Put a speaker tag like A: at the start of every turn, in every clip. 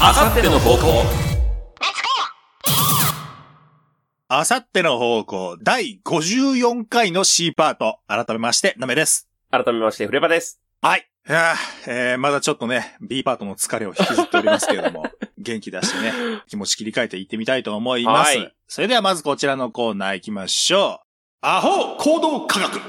A: あさっての方向
B: あさっての方向、第54回の C パート。改めまして、なめです。
A: 改めまして、フレパです。
B: はい。いやーえーまだちょっとね、B パートの疲れを引きずっておりますけれど も、元気出してね、気持ち切り替えていってみたいと思います。
A: はい
B: それではまずこちらのコーナー行きましょう。アホ行動科学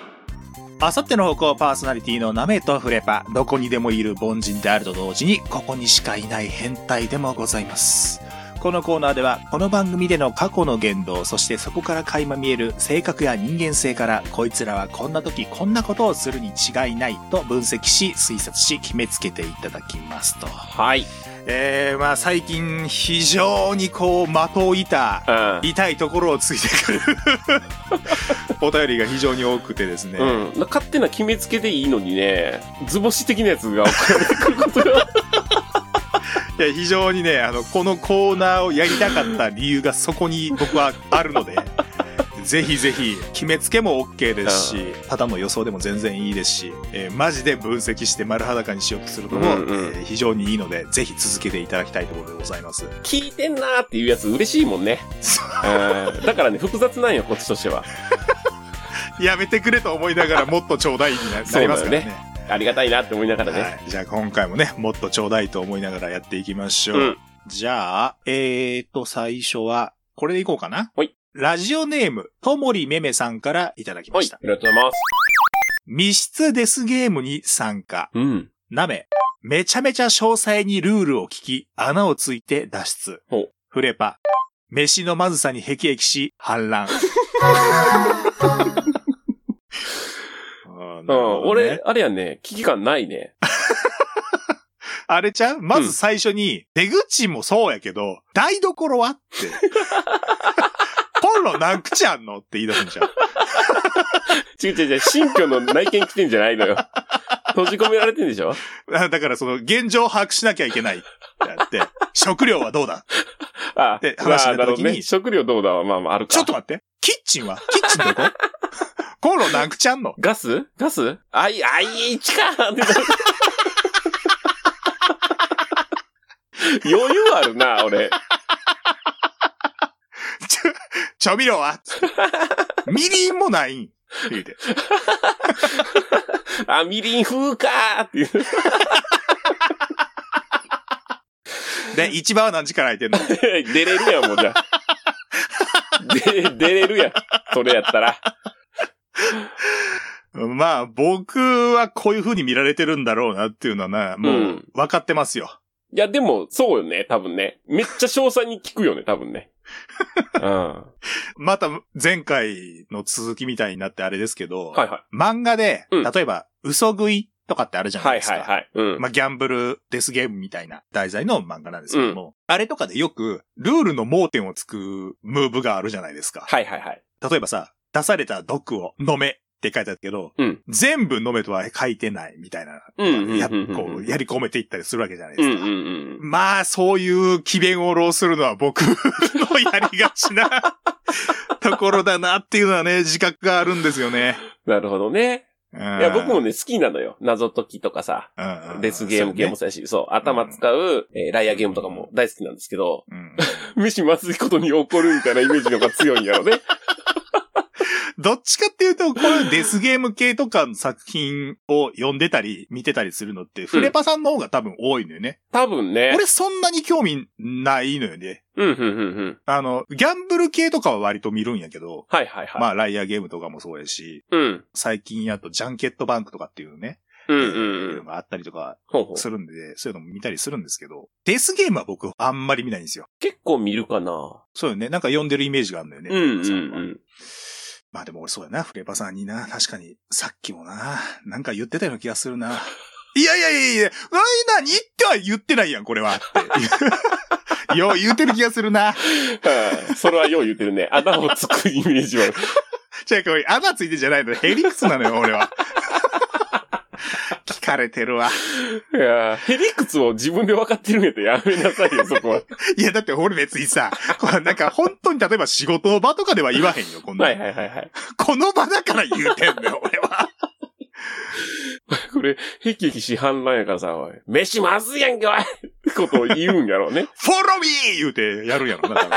B: あさっての方向パーソナリティのナメとフレパ、どこにでもいる凡人であると同時に、ここにしかいない変態でもございます。このコーナーでは、この番組での過去の言動、そしてそこから垣間見える性格や人間性から、こいつらはこんな時こんなことをするに違いないと分析し、推察し、決めつけていただきますと。
A: はい。
B: えー、まあ最近、非常にこう、的を射た、
A: う
B: 痛いところをついてくる お便りが非常に多くてですね。
A: ん。うん。勝手な決めつけでいいのにね、図星的なやつが送ら れてくることが。
B: いや、非常にね、あの、このコーナーをやりたかった理由がそこに 僕はあるので、ぜひぜひ、決めつけも OK ですし、ただの予想でも全然いいですし、えーマジで分析して丸裸にしようとするのも、
A: うんうん
B: えー非常にいいので、ぜひ続けていただきたいところでございます。
A: 聞いてんなーっていうやつ嬉しいもんね。うん。だからね、複雑なんよ、こっちとしては。
B: やめてくれと思いながら、もっとちょうだいにななりますからね。
A: ありがたいなって思いながら
B: は
A: ね。
B: い。じゃあ今回もね、もっとちょうだいと思いながらやっていきましょう。
A: うん
B: じゃあ、えーと、最初は、これでいこうかな。
A: ほい
B: ラジオネーム、ともりめめさんからいただき
A: は
B: ま
A: い。
B: した
A: あ。りがとうございます。
B: 密室デスゲームに参加。
A: うん。
B: なめ、めちゃめちゃ詳細にルールを聞き、穴をついて脱出
A: ほう。
B: フレパ、飯のまずさに辟易し、反乱。
A: う
B: あーなる
A: ん。
B: ほどね
A: 俺、あれやね、危機感ないね。
B: あれちゃうまず最初に、出口もそうやけど、台所はって。 コンロ何口あんのって言い出すんじゃん。
A: 違う違う違う、新居の内見来てんじゃないのよ。閉じ込められてんでしょ
B: あだからその現状を把握しなきゃいけない。やって、食料はどうだ
A: あ
B: で、
A: ま
B: 話
A: あ、
B: にな
A: な
B: った
A: る
B: 時
A: ほ
B: に
A: どね。食料どうだわまあまあ、あるか。
B: ちょっと待って。キッチンはキッチンどこコンロ何口あんの
A: ガスガスあい、あい、一かで余裕あるな、俺。
B: ちょ調味料はみりんもないん。言うて。
A: あ、みりん風かーっていう。
B: で、市場は何時から空いてんの
A: 出れるやん、もうじゃあ。で、出れるやん。それやったら。
B: まあ、僕はこういう風に見られてるんだろうなっていうのはな、も
A: う、
B: うん分かってますよ。
A: いや、でも、そうよね、多分ね。めっちゃ詳細に聞くよね、多分ね。うん。は
B: また前回の続きみたいになってあれですけど、
A: いはい。
B: 漫画で、
A: うん
B: 例えば嘘食いとかってあるじゃない
A: はい
B: ですか。
A: はいはい。うん。
B: まあ、ギャンブルデスゲームみたいな題材の漫画なんですけども、あれとかでよくルールの盲点をつくムーブがあるじゃないですか。
A: はいはいはい。
B: 例えばさ、出された毒を飲めって書いてあるけど、
A: うん
B: 全部飲めとは書いてないみたいな、
A: うんうん
B: や
A: うんうん
B: こうやり込めていったりするわけじゃないで
A: うん
B: す
A: う
B: か。
A: んうん。
B: まあ、そういう機弁を浪するのは僕のやりがちな ところだなっていうのはね、自覚があるんですよね。
A: なるほどね。
B: い
A: いや、僕もね、好きなのよ。謎解きとかさ、デスゲームゲームも
B: そ
A: そうやし、そう、頭使う、えーライアーゲームとかも大好きなんですけど、
B: うねうん
A: 飯まずいことに起こるみたいなイメージの方が強いんや ろね。
B: どっちかっていうと、こういうデスゲーム系とかの作品を読んでたり、見てたりするのって、フレパさんの方が多分多いのよね。
A: 多分ね。
B: 俺そんなに興味ないのよね。
A: うん、うん、うん、うん。
B: あの、ギャンブル系とかは割と見るんやけど、
A: はいはいはい。
B: まあ、ライアーゲームとかもそうやし、
A: うん。
B: 最近やと、ジャンケットバンクとかっていうね、
A: うん、
B: え
A: うん
B: ー
A: う
B: の
A: ん。
B: があったりとか
A: ほうほう。
B: するんで、そういうのも見たりするんですけど、デスゲームは僕あんまり見ないんですよ。
A: 結構見るかな。
B: そうよね。なんか読んでるイメージがあるのよね。
A: うん、うん、う
B: フレパさは
A: ん。
B: まあでも俺そうやな、フレパさんにな、確かに、さっきもな、なんか言ってたような気がす るな。いやいやいやいや、なになにっては言ってないやん、これは。 って。よう言ってる気がするな。
A: うんそれはよう言ってる ね。穴をつくイメージは。
B: じゃあこれ穴ついてんじゃないの、ヘリクスなのよ、俺は。聞かれてるわ。
A: いやーヘリクツを自分で分かってるんやったらやめなさいよ、そこは。
B: いや、だって俺別にさ、これなんか本当に例えば仕事の場とかでは言わへんよ、こんな。
A: はいはいはいはい。
B: この場だから言うてんのよ、俺は。
A: フ俺、ヘキヘキし反乱やからさ、おい、飯まずいやんけ、おい ってことを言うんやろうね。
B: フォローミー言うてやるんやろな、多分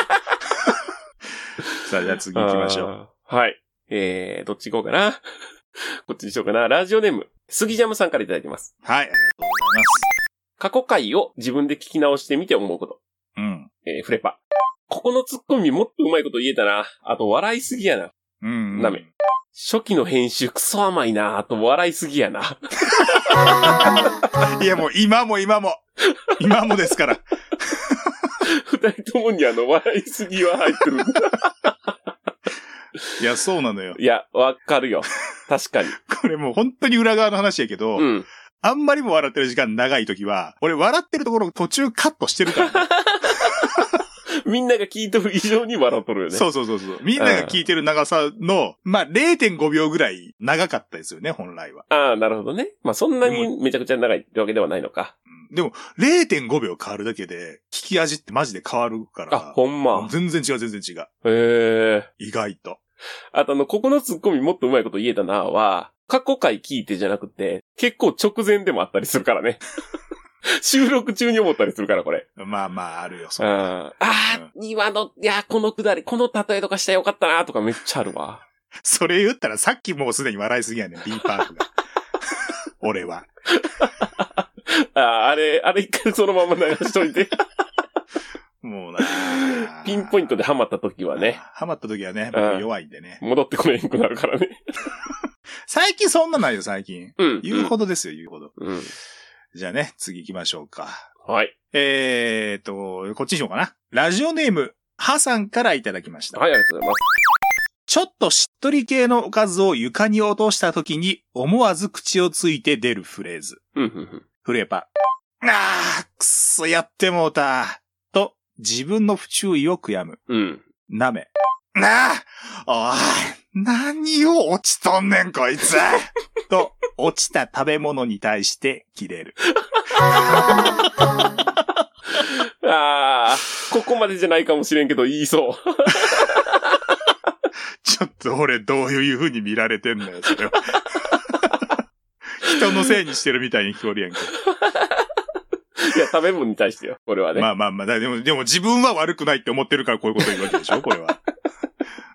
B: さあ、じゃあ次行きましょう。
A: あー。はい。えー、どっち行こうかな。 こっちにしようかな。ラジオネーム、スギジャムさんからいただいてます。
B: はい、ありがとうございます。
A: 過去回を自分で聞き直してみて思うこと。
B: うん。
A: えー、フレパ。ここのツッコミもっとうまいこと言えたな。あと笑いすぎやな。
B: うん、うん。
A: ダメ初期の編集クソ甘いな。あと笑いすぎやな。
B: いや、もう今も今も。今もですから。
A: 二人ともにあの笑いすぎは入って る。
B: いや、そうなのよ。
A: いや、わかるよ。確かに。
B: これもう本当に裏側の話やけど、
A: うん。
B: あんまりも笑ってる時間長い時は、俺笑ってるところ途中カットしてる から、ね。
A: みんなが聞いとる以上に笑っとるよね。
B: そうそうそうそう。みんなが聞いてる長さの、まあ、0.5秒ぐらい長かったですよね、本来は。
A: ああ、なるほどね。まあ、そんなにめちゃくちゃ長いってわけではないのか。
B: うんでも、0.5秒変わるだけで、聞き味ってマジで変わるか
A: あ
B: ら、。
A: ほんま。
B: 全然違う、全然違う。
A: へえ。
B: 意外と。
A: あとあの、ここのツッコミもっとうまいこと言えたなは、過去回聞いてじゃなくて、結構直前でもあったりするからね。 収録中に思ったりするから、これ。
B: まあまあ、あるよ、そ
A: うん
B: な
A: ああ、今の、いや、このくだり、この例えとかしたらよかったな、とかめっちゃあるわ。
B: それ言ったらさっきもうすでに笑いすぎやねん、B パークが。 俺は。
A: ああ、あれ、あれ一回そのまま流しといて、
B: もうな あ
A: ピンポイントでハマった時はね、
B: ハマった時はね、
A: うん
B: 僕弱いんでね。
A: 戻ってこれんくなるからね。
B: 最近そんなないよ、最近。
A: うん。
B: 言うほどですよ、言うほど。
A: うん。
B: じゃあね、次行きましょうか。
A: はい。
B: えーっと、こっちにしようかな。ラジオネーム、ハさんからいただきました。
A: はい、ありがとうございます。
B: ちょっとしっとり系のおかずを床に落とした時に、思わず口をついて出るフレーズ。
A: うん、うん、
B: フレーパー。あー、くっそ、やってもうた。と、自分の不注意を悔やむ。
A: うん。うん。
B: なめ。なあおい何を落ちとんねん、こいつ と、落ちた食べ物に対して切れる。
A: ああ、ここまでじゃないかもしれんけど、言いそう。
B: ちょっと俺どういう風に見られてんのよ、そ れは。人のせいにしてるみたいに聞こえるやんけ。
A: いや、食べ物に対してよ、これはね。
B: まあまあまあ、だでも、でも自分は悪くないって思ってるからこういうこと言うわけでしょ、これは。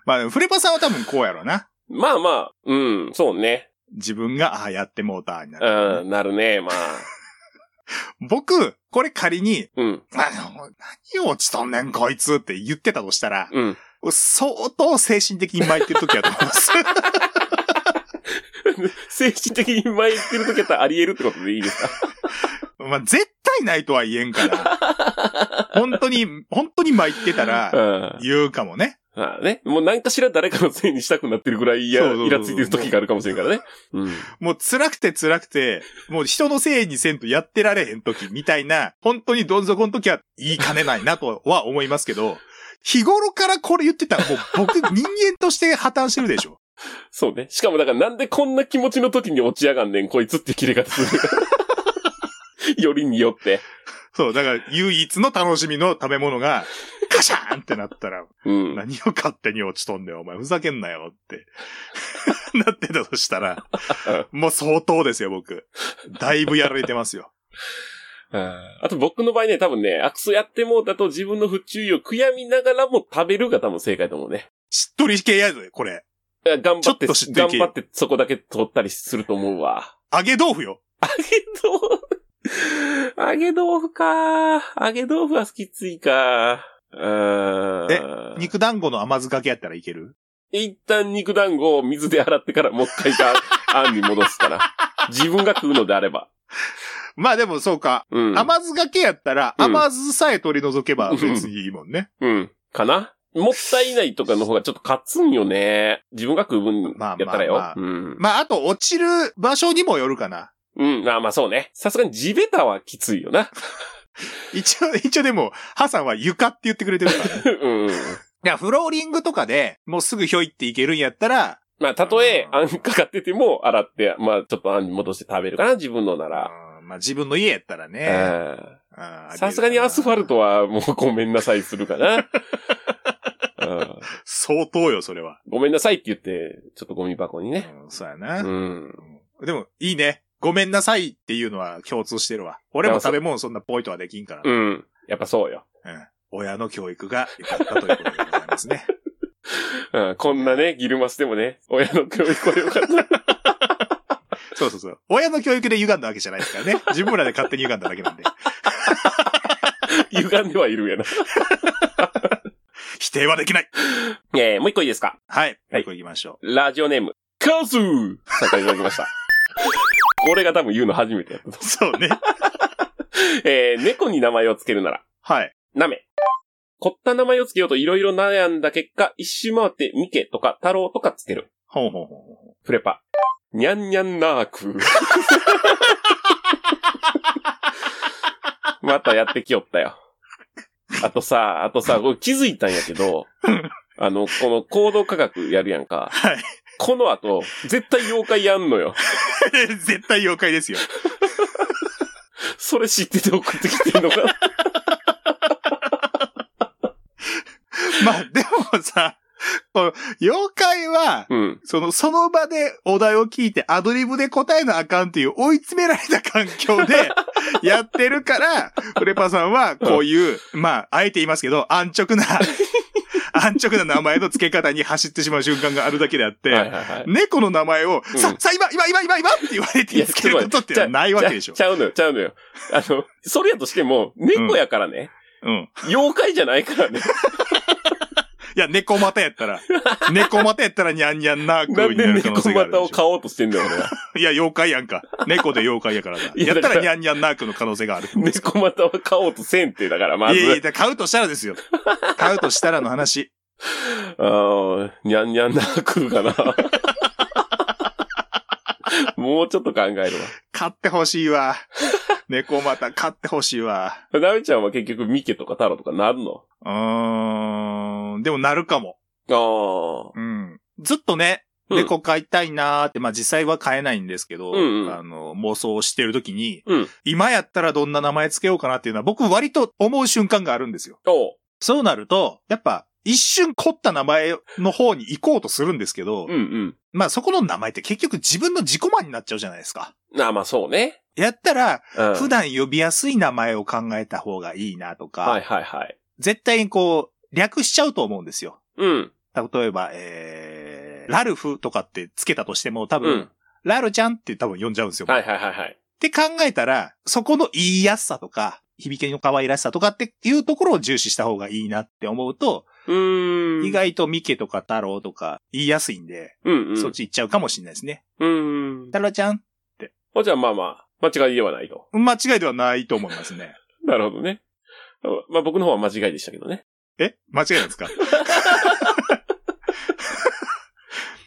B: まあ、フレパさんは多分こうやろうな。
A: まあまあ、うん、そうね。
B: 自分が、ああ、やってもうた、になる。
A: うん、なるね、まあ。
B: 僕、これ仮に、
A: うん、
B: あの、何を落ちとんねん、こいつって言ってたとしたら、
A: うん。
B: 相当精神的に巻いてる時だと思います。
A: 精神的に巻いてる時やったらあり得るってことでいいですか
B: まあ、絶対ないとは言えんから。本当に、本当に巻いてた
A: う
B: ら、
A: ん。
B: 言うかもね。
A: まあね。もう何かしら誰かのせいにしたくなってるぐらいや
B: そうそうそう
A: イラついてる時があるかもしれんからね。うん。
B: もう辛くて辛くて、もう人のせいにせんとやってられへん時みたいな、本当にどん底の時は言いかねないなとは思いますけど、日頃からこれ言ってたらもう僕人間として破綻してるでしょ。
A: そうね。しかもだからなんでこんな気持ちの時に落ちやがんねん、こいつって切れ方する。 よりによって。
B: そう、だから唯一の楽しみの食べ物が、カシャーンってなったら、
A: うん。
B: 何を勝手に落ちとんねん、お前。ふざけんなよって。 なってたとしたら、もう相当ですよ、僕。だいぶやられてますよ。
A: あと僕の場合ね、多分ね、悪クやってもうだと自分の不注意を悔やみながらも食べるが多分正解と思うね。
B: しっとり系やぞ、これ。
A: いや頑張って、
B: ちょっと知ってる
A: 頑
B: 系
A: 張ってそこだけ取ったりすると思うわ。
B: 揚げ豆腐よ。
A: 揚げ豆腐。揚げ豆腐か。揚げ豆腐はきついか。うーん。
B: 肉団子の甘酢掛けやったらいける
A: 一旦肉団子を水で洗ってからもう一回 か、あんに戻すから。自分が食うのであれば。
B: まあでもそうか。
A: うん。
B: 甘酢掛けやったら、
A: うん
B: 甘酢さえ取り除けば別にいいもんね。
A: うん。かなもったいないとかの方がちょっと勝つんよね。自分が食う分や
B: まあ
A: ったらよ。
B: まあ
A: うん。
B: まああと落ちる場所にもよるかな。
A: うん。まあまあそうね。さすがに地べたはきついよな。
B: 一応、 一応でも、ハさんは床って言ってくれて るからね。
A: うん。
B: いや、フローリングとかでもうすぐひょいっていけるんやったら、
A: まあ、たとえ、
B: うん
A: あんかかってても、洗って、まあ、ちょっとあんに戻して食べるかな、自分のなら。
B: うんまあ自分の家やったら
A: う
B: ね。
A: ん
B: うん
A: さすがにアスファルトは、もうごめんなさいするか な。うん
B: 相当よ、それは。
A: ごめんなさいって言って、ちょっとゴミ箱にね。
B: うんそうやな、
A: うん。
B: でも、いいね。ごめんなさいっていうのは共通してるわ。俺も食べ物そんなポイとはできんから。
A: うん。やっぱそうよ。
B: うん。親の教育が良かったということでございますね。
A: うん。こんなね、ギルマスでもね、親の教育は良かった。
B: そうそうそう。親の教育で歪んだわけじゃないですから ね。自分らで勝手に歪んだだけなんで。
A: 歪んではいるんやな。
B: 否定はできない。
A: えー、もう一個いいですか
B: はい。もう一個行きましょ
A: ラジオネーム、カズーさんからいただきま した。これが多分言うの初めてやった。
B: う。そうね。
A: えー、猫に名前を付けるなら、
B: はい。
A: なめ。凝った名前を付けようといろいろ悩んだ結果、一周回ってミケとか太郎とか付ける。
B: ほうほうほうほう。
A: フレパ。にゃんにゃんなー く。またやってきよったよ。あとさ、あと さ、これ気づいたんやけど、あの、この行動科学やるやんか。
B: はい。
A: この後、絶対妖怪やんのよ。
B: 絶対妖怪ですよ。
A: それ知ってて送ってきてんのか。
B: まあ、でもさ、こう妖怪は、
A: うん。
B: その、その場でお題を聞いてアドリブで答えなあかんっていう追い詰められた環境 でやってるから、フレパさんはこういう、まあ、あえて言いますけど、安直 な、安直な名前の付け方に走ってしまう瞬間があるだけであって、
A: はいはいはい。
B: 猫の名前を、
A: うん
B: さ、さ、今、今、今、今、今って言われて付けることってのはないわけでしょ
A: ち。ゃちゃうのよ、ちゃうのよ。あの、それやとしても、猫やからね、
B: うん。
A: 妖怪じゃない からね。
B: いや、猫またや ったら、猫またやったらニャンニャンな
A: な
B: 風
A: ん
B: にな
A: で
B: る可能
A: 猫
B: 性があるで
A: 股を
B: しょ。
A: 買おうとしてんだよ、 俺は。
B: いや、妖怪やんか。猫で妖怪やからな。
A: いや
B: やった
A: だから
B: らニャンニャンナークの可能性がある。
A: 猫股は買おうとせんって、だから、まず。
B: いやいや、だから買うとしたらですよ。買うとしたらの話。
A: あーにゃんにゃんな食うか な。もうちょっと考えるわ。
B: 買ってほしい わ。猫また買ってほしいわ。
A: なめちゃんは結局、ミケとか太郎とかなるの
B: うーん。でもなるかも。
A: ああ。
B: うん。ずっとね、
A: うん
B: 猫飼いたいなーって、まあ実際は飼えないんですけど、
A: うんうん
B: あの、妄想をしてる時に、
A: うん
B: 今やったらどんな名前つけようかなっていうのは僕割と思う瞬間があるんですよ。
A: おう。
B: そうなると、やっぱ一瞬凝った名前の方に行こうとするんですけど、
A: うんうん。
B: まあそこの名前って結局自分の自己満になっちゃうじゃないですか。
A: あーまあそうね。
B: やったら、
A: うん。
B: 普段呼びやすい名前を考えた方がいいなとか、
A: はいはいはい。
B: 絶対にこう、略しちゃうと思うんですよ。
A: うん。
B: 例えば、えー、ラルフとかってつけたとしても多
A: う
B: 分、
A: ん。
B: ラルちゃんって多分呼んじゃうんですよ。
A: はい
B: っ
A: はいはいはい。
B: て考えたら、そこの言いやすさとか、響きの可愛らしさとかっていうところを重視した方がいいなって思うと、
A: うーん。
B: 意。外とミケとか太郎とか言いやすいんで、
A: うんうん。
B: そっち行っちゃうかもしれないですね。
A: うん。
B: 太郎ちゃん、
A: おじゃあまあまあ、間違いではないと。
B: 間違いではないと思いますね。
A: なるほどね。まあ僕の方は間違いでしたけどね。
B: え間違いなんですか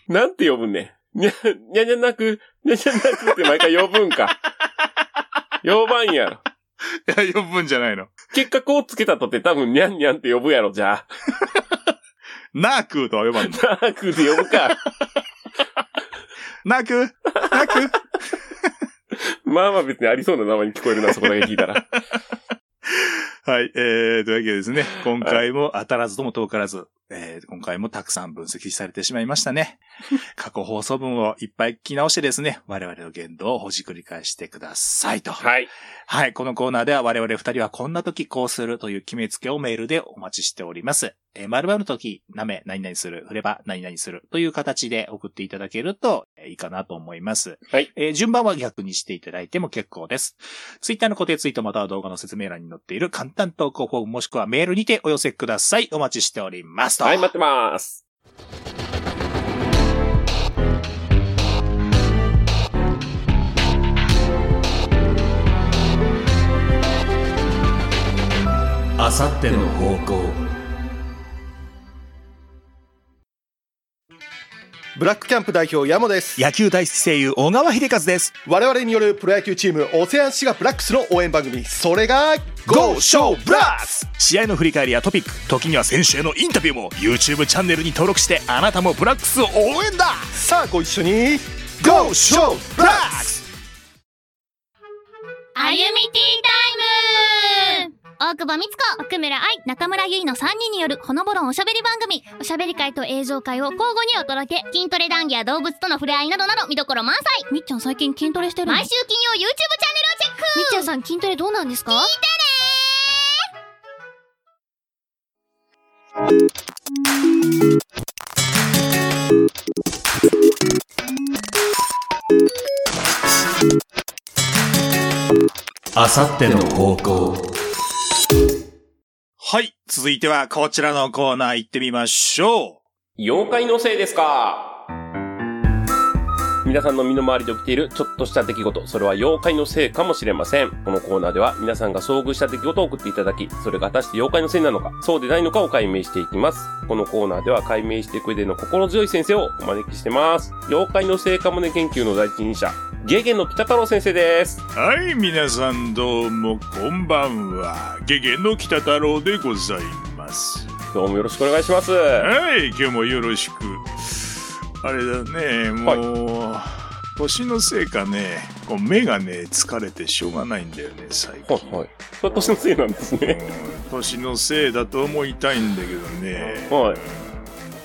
A: なんて呼ぶんね。にゃ、にゃにゃなく、にゃにゃなくって毎回呼ぶん か。呼ばんやろ。
B: いや、呼ぶんじゃないの。
A: 結果こうつけたとって多分にゃんにゃんって呼ぶやろ、じゃあ。
B: ナークーとは呼ばんの。
A: ダ ークで呼ぶか。
B: ナークーナークー
A: まあまあ別にありそうな名前に聞こえるな、そこだけ聞 いたら。
B: はい、えー、というわけでですね、今回も当たらずとも遠からず、えー、今回もたくさん分析されてしまいました ね。過去放送文をいっぱい聞き直してですね、我々の言動をほじくり返してくださいと。はい、
A: はい。
B: このコーナーでは我々二人はこんな時こうするという決めつけをメールでお待ちしております。えー、〇〇の時、なめ、何々する、振れば、何々するという形で送っていただけるとえーいいかなと思います。
A: はい。
B: えー順番は逆にしていただいても結構です。ツイッターの固定ツイートまたは動画の説明欄に載っている簡単投稿フォームもしくはメールにてお寄せください。お待ちしておりますと。
A: はい、待ってます。
B: あさっての方向。
C: ブラックキャンプ代表山です
B: 野球大好き声優、小川秀和です。
C: 我々によるプロ野球チームオセアンシガブラックスの応援番組それが
B: Go Show Blast! 試合の振り返りやトピック、時には選手へのインタビューも YouTube チャンネルに登録してあなたもブラックスを応援だ
C: さあご一緒に Go Show Blast!
D: あゆみティータイムお大久保美津子、奥村愛、中村ゆいの3人によるほのぼろんおしゃべり番組、おしゃべり会と映像会を交互にお届け、筋トレ談義や動物との触れ合いなどなど見どころ満載みっちゃん最近筋トレしてる毎週金曜 YouTube チャンネルをチェックみっちゃんさん筋トレどうなんですか聞いてね
E: あさっての方向
F: はい。続いてはこちらのコーナー行ってみましょ
A: 妖怪のせいですか皆さんの身の回りで起きているちょっとした出来事、それは妖怪のせいかもしれません。このコーナーでは皆さんが遭遇した出来事を送っていただき、それが果たして妖怪のせいなのか、そうでないのかを解明していきます。このコーナーでは解明していく上での心強い先生をお招きしてます。妖怪のせいかもね研究の第一人者、ゲゲのピタ太郎先生です
F: う。。はい。皆さんどうもこんばんは。ゲゲの北太郎でございます。
A: どうもよろしくお願いします。
F: はい、今日もよろしく。あれだね、もう、年のせいかね、こう目がね、疲れてしょうがないんだよね、最近。
A: はいはい。それは年のせいなんです
F: うん
A: ね。
F: 年のせいだと思いたいんだけどね、
A: は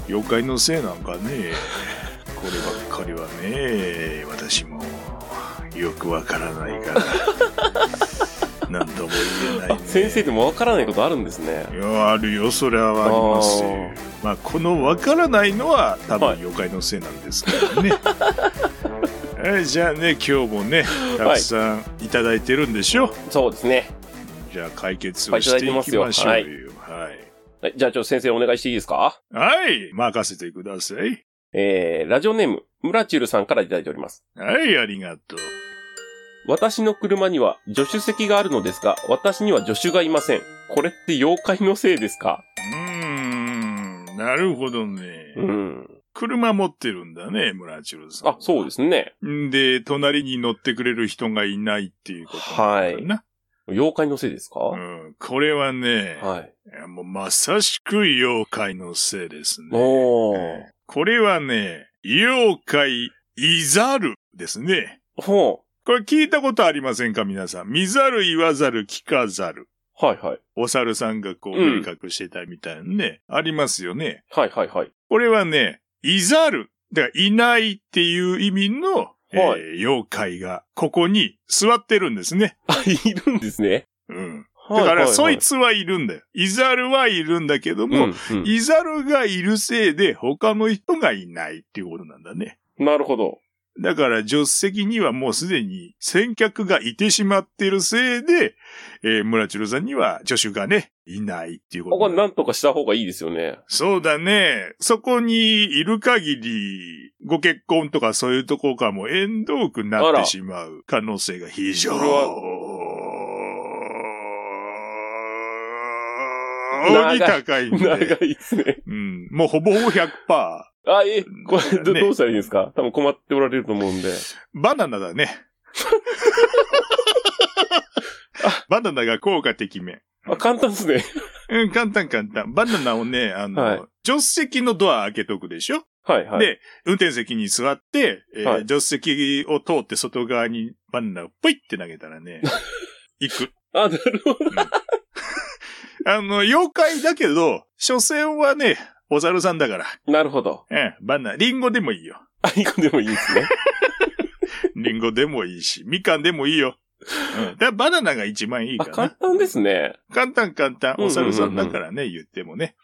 A: い。
F: 妖怪のせいなんか ね、こればっかりはね、私もよくわからない から、なんとも言えない、
A: あ
F: ね。
A: 先生でもわからないことあるんですね。
F: いやあるよそれはありますよ
A: あ
F: まあこのわからないのは多分
A: はい
F: 妖怪のせいなんですけ どね、はい、じゃあね今日もねたくさんいただいてるんでしょ、
A: そうですね。
F: じゃあ解決をしていきましょ
A: いっぱい
F: う
A: いただいて
F: よはい、
A: はいじゃあちょっと先生お願いしていいですか
F: はい、任せてください
A: えー、ラジオネーム、村チュルさんからいただいております。
F: はいありがとう
A: 私の車には助手席があるのですが、私には助手がいません。これって妖怪のせいですか
F: うーんなるほどね、
A: うん。
F: 車持ってるんだね村千代さん
A: あ、そうですね。
F: すで隣に乗ってくれる人がいないっていうことな
A: は
F: んだ
A: い。
F: な、
A: 妖怪のせいですか、
F: うん、これはね、
A: はい。
F: いやもうまさしく妖怪のせいですね。
A: おー。
F: これはね、妖怪いざるですね。
A: ほ
F: これ聞いたことありませんか皆さん。見ざる言わざる聞かざる。
A: う。はいはい。
F: お猿さんがこう、
A: うん
F: 目隠してたみたいなね、ありますよね。
A: はいはいはい。
F: これはね、いざる。だからいないっていう意味の、えー
A: はい
F: 妖怪がここに座ってるんですね。
A: あ、いるんですね。
F: うん。
A: はい
F: だ
A: はい
F: か
A: は
F: ら
A: い
F: そい、つはいるんだよ。いざるはいるんだけど
A: う
F: も、
A: ん、う
F: イザルがいるせいで他の人がいないっていうことなんだね。
A: ん。なるほど。
F: だから助手席にはもうすでに先客がいてしまっているせいで、えー、村千代さんには助手がね、いないっていうこ
A: ことこ
F: な
A: は
F: んだ。
A: なんとかした方がいいですよね。
F: そうだね。そこにいる限り、ご結婚とかそういうとこからも縁遠くな
A: あ
F: って
A: ら
F: しまう可能性が非常
A: それは
F: に高いんで。
A: 長いですね。
F: うん。もうほぼほぼ100%。バ
A: あ、え、これど、
F: ね
A: どうしたらいいんですか多分困っておられると思うんで。
F: ナ ナだね。バナナが効果的め。
A: あ、簡単ですね。
F: うん、簡単簡単。バナナをね、あの、
A: はい
F: 助手席のドア開けとくでしょ、
A: はいはい。
F: で、運転席に座って、えー
A: はい
F: 助手席を通って外側にバナナをポイって投げた らね、行く。
A: あ、なるほど。
F: あの、妖怪だけど、所詮はね、お猿さんだから。
A: なるほど。
F: うん、バナナ、リンゴでもいいよ。
A: アイコンでもいいですね。
F: リンゴでもいいし、みかんでもいいよ。うん。だからバナナが一番いい
A: あ、
F: かな
A: 簡。単ですね。
F: 簡単簡単。
A: うんうん
F: お
A: うんうん
F: 猿さんだからね、言ってもね。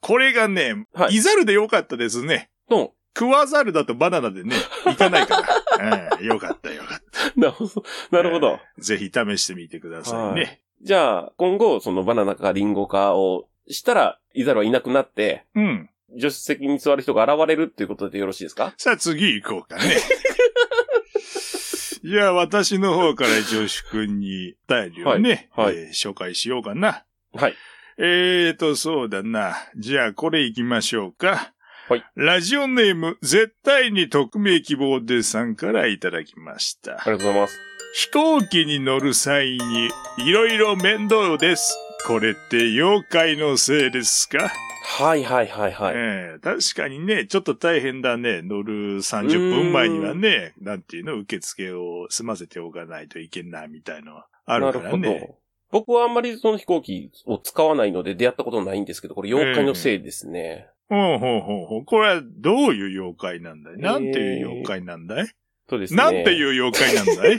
F: これがね、
A: はい
F: いざるでよかったですね。
A: と、
F: 食わざるだとバナナでね、いかないから。 うん、よかったよかった。
A: なるほど。なるほど。
F: ぜひ試してみてください
A: は
F: ね。
A: じゃあ、今後、そのバナナかリンゴかをしたら、イザルはいなくなって、
F: うん。
A: 助手席に座る人が現れるっていうことでよろしいですか
F: さあ次行 こうかね。じゃあ私の方から女子くんに便りをね、
A: はいはい
F: えー紹介しようかな。
A: はい。
F: えーと、そうだな。じゃあ、これ行きましょうか。
A: はい。
F: ラジオネーム、絶対に匿名希望でさんからいただきまし
A: あ
F: た。
A: りがとうございます。
F: 飛行機に乗る際に、いろいろ面倒です。これって妖怪のせいですか、
A: はいはいはいはい。
F: えー確かにね、ちょっと大変だね。乗る30分前にはね、なんていうの、受付を済ませておかないといけないみたいのはある
A: な
F: か
A: る
F: ら
A: ほ
F: ね。
A: ど。僕はあんまりその飛行機を使わないので出会ったことないんですけど、これ妖怪のせいですね。
F: ほうほうほうほう。これはどういう妖怪なんだいなんていう妖怪なんだい、
A: そうですね。。
F: なんていうう妖怪なん だい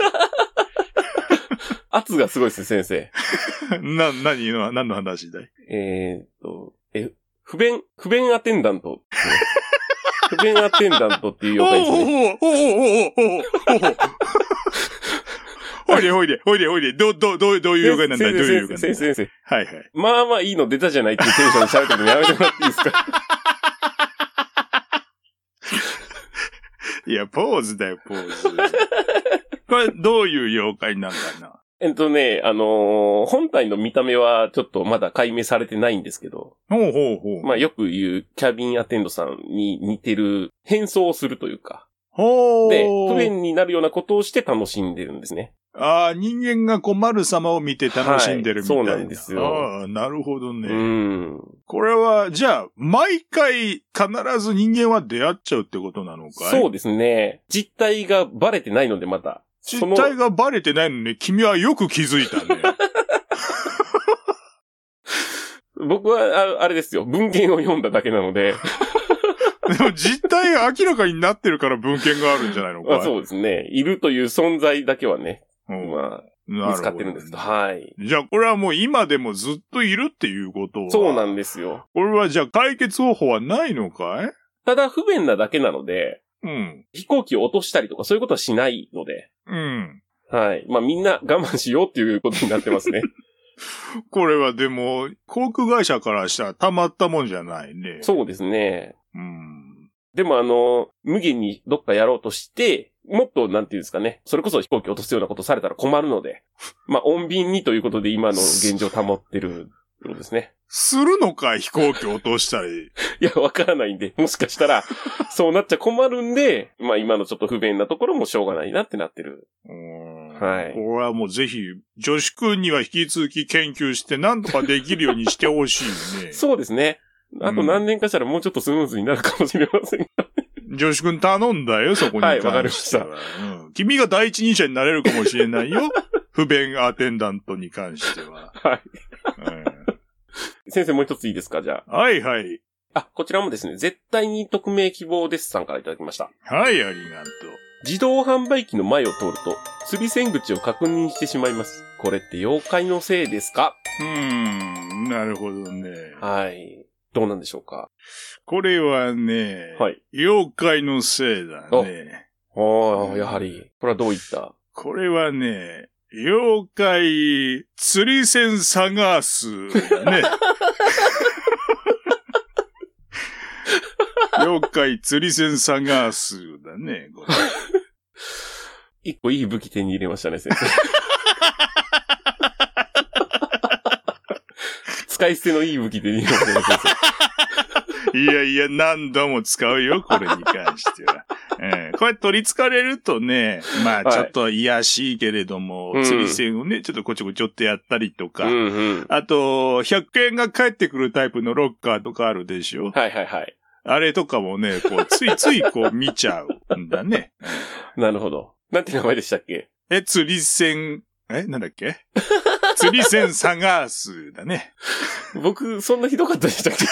A: 圧がすごいですね、先生。
F: な、何の、何の話だい
A: えーっと、え、不便、不便アテンダント ですね。不便アテンダントっていう
F: おう
A: 妖怪ですね。
F: おうおうおうおうおうおうおうほいでほいで、ほいでほいで、ど、ど、どうどういう妖怪なんだいどういう
A: 先生、先
F: 妖怪
A: 生、先
F: なんだ
A: 生、先
F: いはいはい。
A: 生まあまあいいの出たじゃないっていうテンションで喋ってるのやめてもらっていいですか
F: いや、ポーズだよ、ポ ーズ。これ、どういう妖怪なんだいな
A: えっとね、あのー本体の見た目はちょっとまだ解明されてないんですけど、
F: ほうほうほう。
A: まあよく言うキャビンアテンドさんに似てる変装をするというか、
F: ほう。
A: で、不便になるようなことをして楽しんでるんですね。
F: ああ、人間が困る様を見て楽しんでるみたいな。
A: はいそうなんですよ
F: ああ、なるほどね。
A: うん。
F: これは、じゃあ、毎回必ず人間は出会っちゃうってことなのかい
A: そうですね。実態がバレてないのでまだ。そ
F: 実
A: の
F: 態がバレてないのに、君はよく気づいた ね。
A: 僕はあ、あれですよ。文献を読んだだけなので。
F: でも実態が明らかになってるから文献があるんじゃないのかい
A: まあ、そうですね。いるという存在だけはね、
F: うん
A: まあ、
F: な
A: 見
F: ほど
A: つかってるんですけど。はい。
F: じゃあ、これはもう今でもずっといるっていうことは。
A: そうなんんですよ。
F: これはじゃあ解決方法はないのかい
A: ただ不便なだけなので、
F: うん。
A: 飛行機を落としたりとかそういうことはしないので。
F: うん。
A: はい。まあみんな我慢しようっていうことになってます ね。
F: これはでも、航空会社からしたらたまったもんじゃないね。
A: そうですね。
F: うん。
A: でもあの、無限にどっかやろうとして、もっと、なんていうんですかね、それこそ飛行機落とすようなことされたら困るので、まあ、穏便にということで今の現状を保ってることですね。
F: するのかい飛行機落としたり。
A: いや、わからないんで、もしかしたら、そうなっちゃ困るんで、まあ、今のちょっと不便なところもしょうがないなってなってる。
F: うん
A: はい
F: これはもうぜひ、女子くんには引き続き研究して何とかできるようにしてほしい ね。
A: そうですね。あと何年かしたらもうちょっとスムーズになるかもしれませんが。
F: 女子くん頼んだよ、そこに
A: はい
F: 関しては。
A: わ
F: うん君が第一人者になれるかもしれないよ。 不便アテンダントに関しては。
A: はい。
F: うん
A: 先生もう一ついいですかじゃあ。
F: はいはい。
A: あ、こちらもですね、絶対に匿名希望ですさんからいただきました。
F: はい、ありがと
A: 自動販売機の前を通ると、釣り線口を確認してしまいます。これって妖怪のせいですか
F: う。うん、なるほどね。
A: はい。どうなんでしょうか
F: これはね、
A: はい。
F: 妖怪のせいだね。
A: ああ、やはり。これはどういった
F: これはね、妖怪、釣り線探す、 ね。妖怪釣り線探すだね。これ
A: 一個いい武器手に入れましたね、先 生。使い捨てのいい武器手に入れましたね、先
F: いやいや、何度も使うよ、これに関しては。うん、これ取り憑かれるとね、まあ
A: はい
F: ちょっと癒やしいけれども、
A: うん
F: 釣り線をね、ちょっとこちょこちょっとやったりと
A: 生。
F: か、
A: うんうん。
F: あと、100円が返ってくるタイプのロッカーとかあるでしょ
A: はいはいはい。
F: あれとかもね、こ う、ついついこう見ちゃうんだね。
A: なるほど。なんて名前でしたっけ
F: え、釣り線、え、なんだっ け釣り線探すだね。
A: 僕、そんなひどかったでしたっ け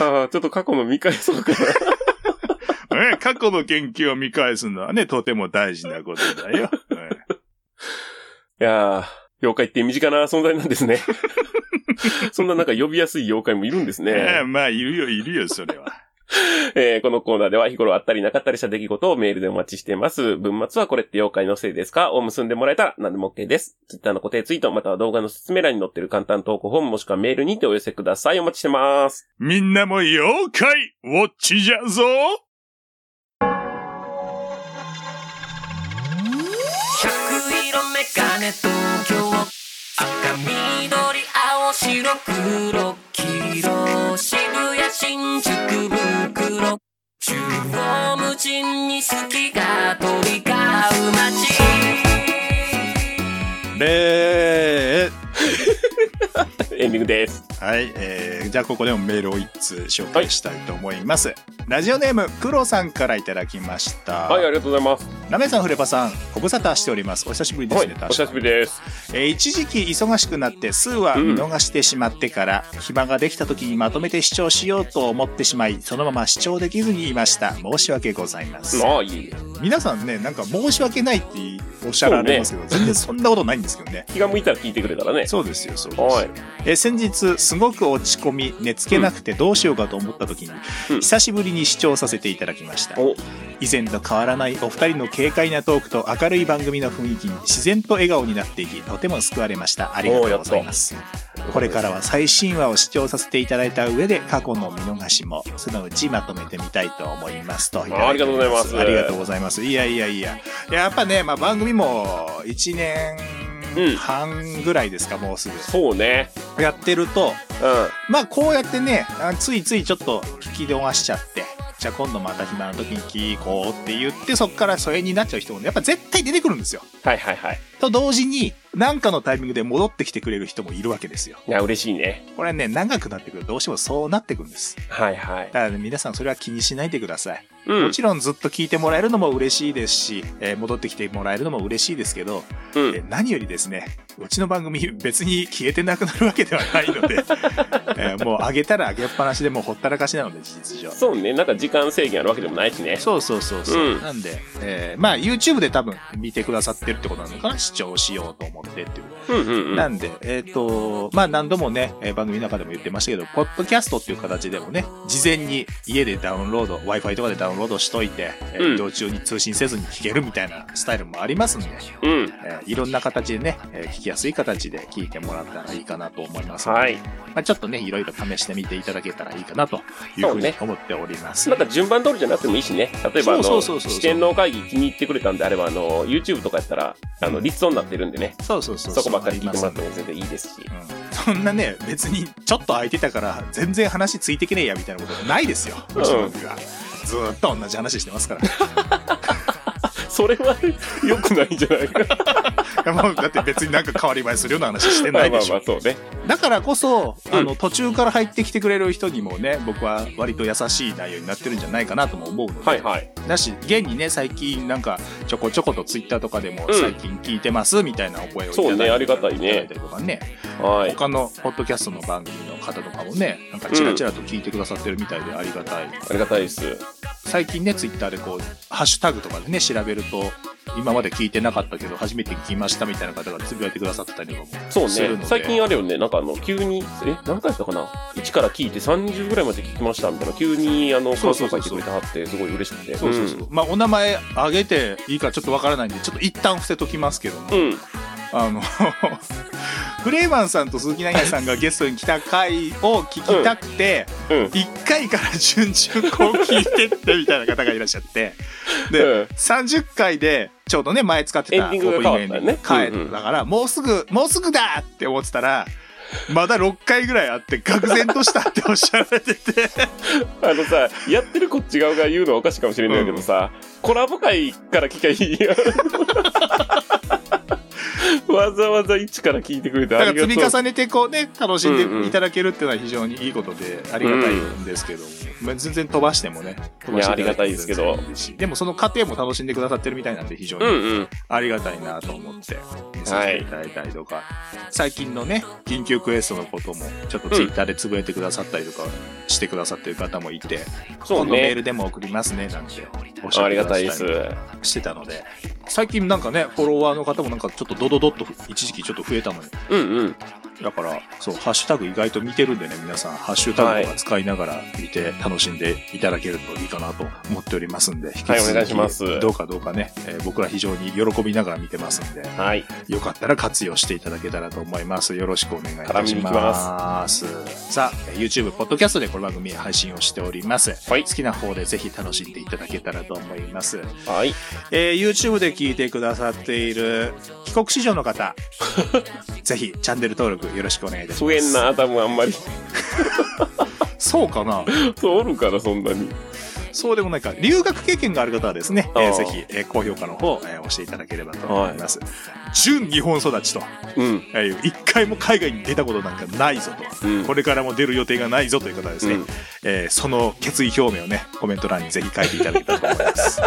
A: ああ、ちょっと過去の見返そうかな。
F: え、過去の研究を見返すのはね、とても大事なことだよ。え
A: いやー、妖怪って身近な存在なんですね。 そんな中呼びやすい妖怪もいるんですね。
F: えまあ、いるよ、いるよ、それは。
A: えーこのコーナーでは日頃あったりなかったりした出来事をメールでお待ちしています。文末はこれって妖怪のせいですかを結んでもらえたら何でも OK です。Twitter の固定ツイートまたは動画の説明欄に載ってる簡単投稿本もしくはメールにてお寄せください。お待ちしてます。
F: みんなも妖怪ウォッチじゃぞ
G: 百色メガネ東京赤緑青白黒黄色渋谷新宿袋中央無尽に好きが飛び交う街
F: で
A: エンディングです。
F: はい、えー、じゃあここでもメールを一通紹介したいと思います。
B: ラジオネームクロさんからいただきました
A: はい、ありがとうございます。
B: なめさんフレパさんご無沙汰しておりますお久しぶりで
A: は
B: す
A: い
B: ね、、
A: お久しぶりです。
B: えー一時期忙しくなって数は見逃してしまってから、暇ができた時にまとめて視聴しようと思ってしまいそのまま視聴できずにいました申し訳ございます、
A: まあ、いい。
B: 皆さんねなんか申し訳ないっておっしゃられますけど、全然そんなことないんですけどね
A: 気が向いたら聞いてくれたらね。
B: そうですよそうですよ
A: はい。
B: えー先日すごく落ち込み寝つけなくてどうしようかと思った時に、
A: うん
B: 久しぶりに視聴させていただきました
A: お、
B: 以前と変わらないお二人の軽快なトークと明るい番組の雰囲気に自然と笑顔になっていきとても救われましたありがとうございますこれからは最新話を視聴させていただいた上で過去の見逃しもそのうちまとめてみたいと思いますと
A: あありがとうございます
B: ありがとうございますいやいやいややっぱね、まあ、番組も1年
A: うん
B: 半ぐらいですか、もうすぐ
A: そうね。
B: やってると
A: う
B: まあこうやってねあついついちょっと聞き逃しちゃってじゃあ今度また暇な時に聞こうって言ってそっから疎遠になっちゃう人もねやっぱ絶対出てくるんですよ。
A: ん。はいはいはい。
B: と同時に何かのタイミングで戻ってきてくれる人もいるわけですよ。
A: いや、嬉しいね。
B: これはね長くなってくるとどうしてもそうなってくるんです。
A: はいはい
B: だ。から、ね、皆さんそれは気にしないでください。
A: うん。
B: もちろんずっと聞いてもらえるのも嬉しいですし、えー戻ってきてもらえるのも嬉しいですけど、
A: う
B: え
A: ん。
B: ー何よりですねうちの番組別に消えてなくなるわけではない ので、えーもう上げたら上げっぱなしでもうほったらかしなので事実上
A: そうね。なんか時間制限あるわけでもないしね。
B: そうそうそうそう、
A: うん
B: なんで、えーまあ YouTube で多分見てくださってるってことなのかな視聴しようと思ってっていう、
A: うんうんう。
B: なんんでえっ、とまあ何度もねえー番組の中でも言ってましたけどポッドキャストっていう形でもね事前に家でダウンロード w i f i とかでダウンロードしといて、えー
A: うん
B: 移動中に通信せずに聞けるみたいなスタイルもありますんで、
A: うん。
B: えーいろんな形でね、えー聞きやすい形で聞いてもらったらいいかなと思いますので
A: はい。
B: まあ、ちょっとね、いろいろ試してみていただけたらいいかなという
A: そ
B: ふ
A: う
B: う
A: ね
B: に思っております。
A: なんか順番通りじゃなくてもいいしね。例えば、あの、
B: そうそうそうそう
A: 四天王会議気に入ってくれたんであれば、あの、YouTube とかやったら、あの、リツオになってるんでね。
B: そうそうそう
A: そこばっかり聞いてもらって
B: あ
A: も全然いいですし
B: り。ますうんそんなね、別にちょっと空いてたから全然話ついてけねえやみたいなことないですよ、うちの僕が。ずーっと同じ話してますから。
A: それは良くないんじゃないか。
B: もうだって別になんか変わり映えするような話して
A: ま
B: な
A: あ
B: い
A: ま
B: で
A: あ
B: し
A: まあ
B: ょ、。
A: そうね。
B: だからこそ、
A: ん
B: あの、途中から入ってきてくれる人にもね、僕は割と優しい内容になってるんじゃないかなとも思うので、
A: はいはい。
B: だし現にね最近なんかちょこちょことツイッターとかでも
A: うん
B: 最近聞いてますみたいなお声をいただいて
A: そうねありがたいね
B: いただたりとかね
A: はい。
B: 他のポッドキャストの番組の方とかもねなんかチラチラと聞いてくださってるみたいでありがたい、
A: ありがたいです。
B: 最近ねツイッターでこうハッシュタグとかでね調べると今まで聞いてなかったけど初めて聞きましたみたいな方がつぶやいてくださってたりとかも
A: そう
B: する
A: ね
B: ので。
A: 最近あれよね、なんかあの、急に、え、何回やったかな ?1 から聞いて30ぐらいまで聞きましたみたいな、急に、あの、
B: そ
A: 感
B: うそ
A: 想
B: うそ
A: 書
B: う
A: いてくれたはって、すごい嬉しくて。
B: そうそうそう、まあお名前挙げていいかちょっとわからないんでちょっと一旦伏せときますけども、
A: うん。うん。
B: あの フレーマンさんと鈴木奈々さんがゲストに来た回を聞きたくて、
A: うん。
B: 1回から順々こう聞いてってみたいな方がいらっしゃってで、
A: うん
B: 30回でちょうどね前使ってた
A: エンディングが変わったね
B: オープニングエン
A: う
B: ディング
A: んうん
B: 変えたから、もうすぐもうすぐだって思ってたらまだ6回ぐらいあって愕然としたっておっしゃられてて
A: あのさ、やってるこっち側が言うのはおかしいかもしれないけどさ、コラボ会から聞きゃいいやん。 わざわざ一から聞いてくれて
B: だか
A: あ
B: ら
A: りがとう。
B: 積み重ねてこうね楽しんでいただけるっていうのは非常にいいことでありがたいんですけど、まあ全然飛ばしてもね飛
A: い
B: ばしてだても
A: やありがたいですけど
B: 全然いいしでもその過程も楽しんでくださってるみたいなんで非常に
A: うんうん。
B: ありがたいなと思って見させていただいたりとか、最近のね緊急クエストのこともちょっとツイッターでつぶやいてくださったりとかしてくださってる方もいて、
A: そう
B: 今度メー
A: ね。
B: ルでも送りますねなんておっしゃ
A: あ
B: って
A: り
B: くだ
A: が
B: さった
A: い
B: り
A: です。
B: してたので最近なんかねフォロワーの方もなんかちょっとドドドッと一時期ちょっと増えたのに
A: うんうん。
B: だからそうハッシュタグ意外と見てるんでね皆さんハッシュタグとか使いながら見て楽しんでいただけるといいかなと思っておりますんで、引き続き
A: お願いします
B: どうかどうかね、えー僕ら非常に喜びながら見てますんで
A: はい。
B: よかったら活用していただけたらと思います。よろしくお願いいた
A: 絡み
B: し
A: に行き
B: ます。さあ、えー YouTube、ポッドキャストでこの番組配信をしております。
A: はい
B: 好きな方でぜひ楽しんでいただけたらと思います。
A: はい。
B: えー YouTube で聞いてくださっている帰国子女の方、ぜひチャンネル登録よろしくお願いいたし
A: 疎
B: ま
A: 遠
B: す。
A: なアダムあんまり。
B: そうかな
A: そうおるから、そんなに。
B: そうでもないか。留学経験がある方はですね、え
A: あ
B: ー
A: ー
B: ぜひ、えー高評価の方、えー押していただければと思います。純日本育ちと。
A: うん。
B: えー一
F: 回も海外に出たことなんかないぞと、
A: うん
F: これからも出る予定がないぞという方はですね、
A: うん
F: えーその決意表明をねコメント欄にぜひ書いていただけたらと思い ます、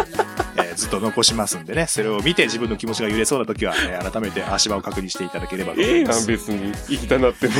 F: えーずっと残しますんでねそれを見て自分の気持ちが揺れそうな時は、えー改めて足場を確認していただければと思
A: ええ
F: いま
A: やん
F: す、
A: 別に生きたなっても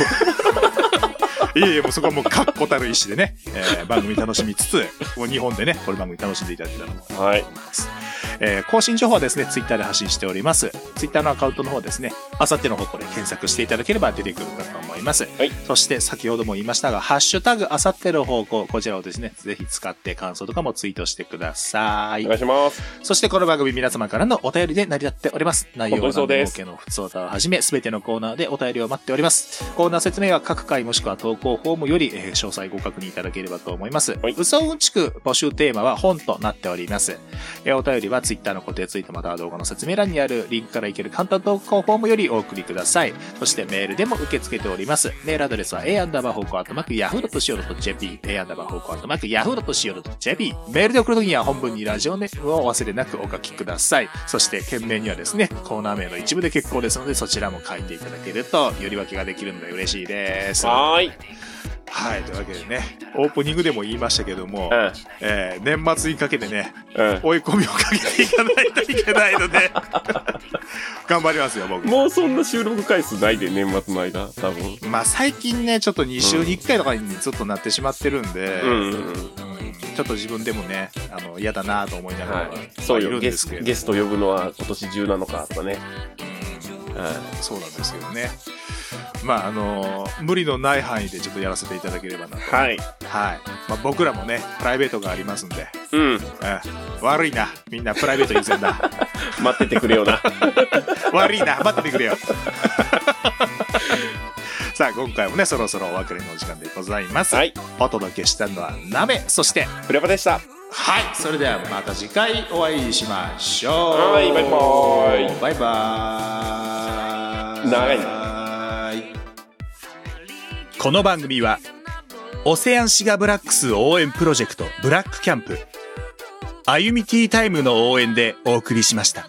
F: いえいえもうそこはもう確固たる意思でね、えー番組楽しみつつ もう日本でねこれ番組楽しんでいただけたらと思います
A: はい
F: えー更新情報はですね、ツイッターで発信しております。ツイッターのアカウントの方はですね、あさっての方向で検索していただければ出てくるかと思います。
A: はい
F: そして先ほども言いましたが、ハッシュタグあさっての方向、こちらをですね、ぜひ使って感想とかもツイートしてください
A: お願。いします
F: そしてこの番組皆様からのお便りで成り立っております。内容
A: 本当にそ
F: は
A: う
F: 何
A: で
F: ですも OK の普通歌をはじめ、すべてのコーナーでお便りを待っております。コーナー説明は各回もしくは投稿フォームより、えー詳細ご確認いただければと思います。
A: はいう
F: そうんちく募集テーマは本となっております。えーお便りは Twitter の固定ツイートまたは動画の説明欄にあるリンクからいける簡単投稿フォームよりお送りください。そしてメールでも受け付けております。メールアドレスは a アンダーバー方向アットマーク yahoo.co.jp a アンダーバー方向アットマーク yahoo.co.jp メールで送るときには本文にラジオネームをお忘れなくお書きください。そして件名にはですね、コーナー名の一部で結構ですのでそちらも書いていただけるとより分けができるので嬉しいです。は
A: はーい、
F: い、というわけでね、オープニングでも言いましたけども、
A: う
F: えー年末にかけてね、
A: んうん、
F: 追い込みをかけていかないといけないので頑張りますよ僕
A: もうそんな収録回数ないで年末の間多分
F: まあ最近ねちょっと2週に1回とかにずっとなってしまってるんで、
A: うんうんうん
F: ちょっと自分でもねあの嫌だなと思いながら、
A: はい、そう
F: い
A: よ
F: るん
A: ゲ
F: です
A: ス
F: けれど
A: ゲスト呼ぶのは今年中なのかとかね、は
F: そうなんですけどねまああの無理のない範囲でちょっとやらせていただければな
A: い、
F: と
A: はい、
F: はい、まあ、僕らもねプライベートがありますんで、
A: うん
F: うん、悪いなみんなプライベート優先だ
A: 待っててくれよ な
F: 悪いな待っててくれよ さあ今回もねそろそろお別れのお時間でございます、
A: はい
F: お届けしたのは鍋そして
A: フレパでした
F: はいそれではまた次回お会いしましょう
A: はいバイ
F: バイバイ
A: 長い
F: この番組はオセアンシガブラックス応援プロジェクトブラックキャンプあゆみティータイムの応援でお送りしました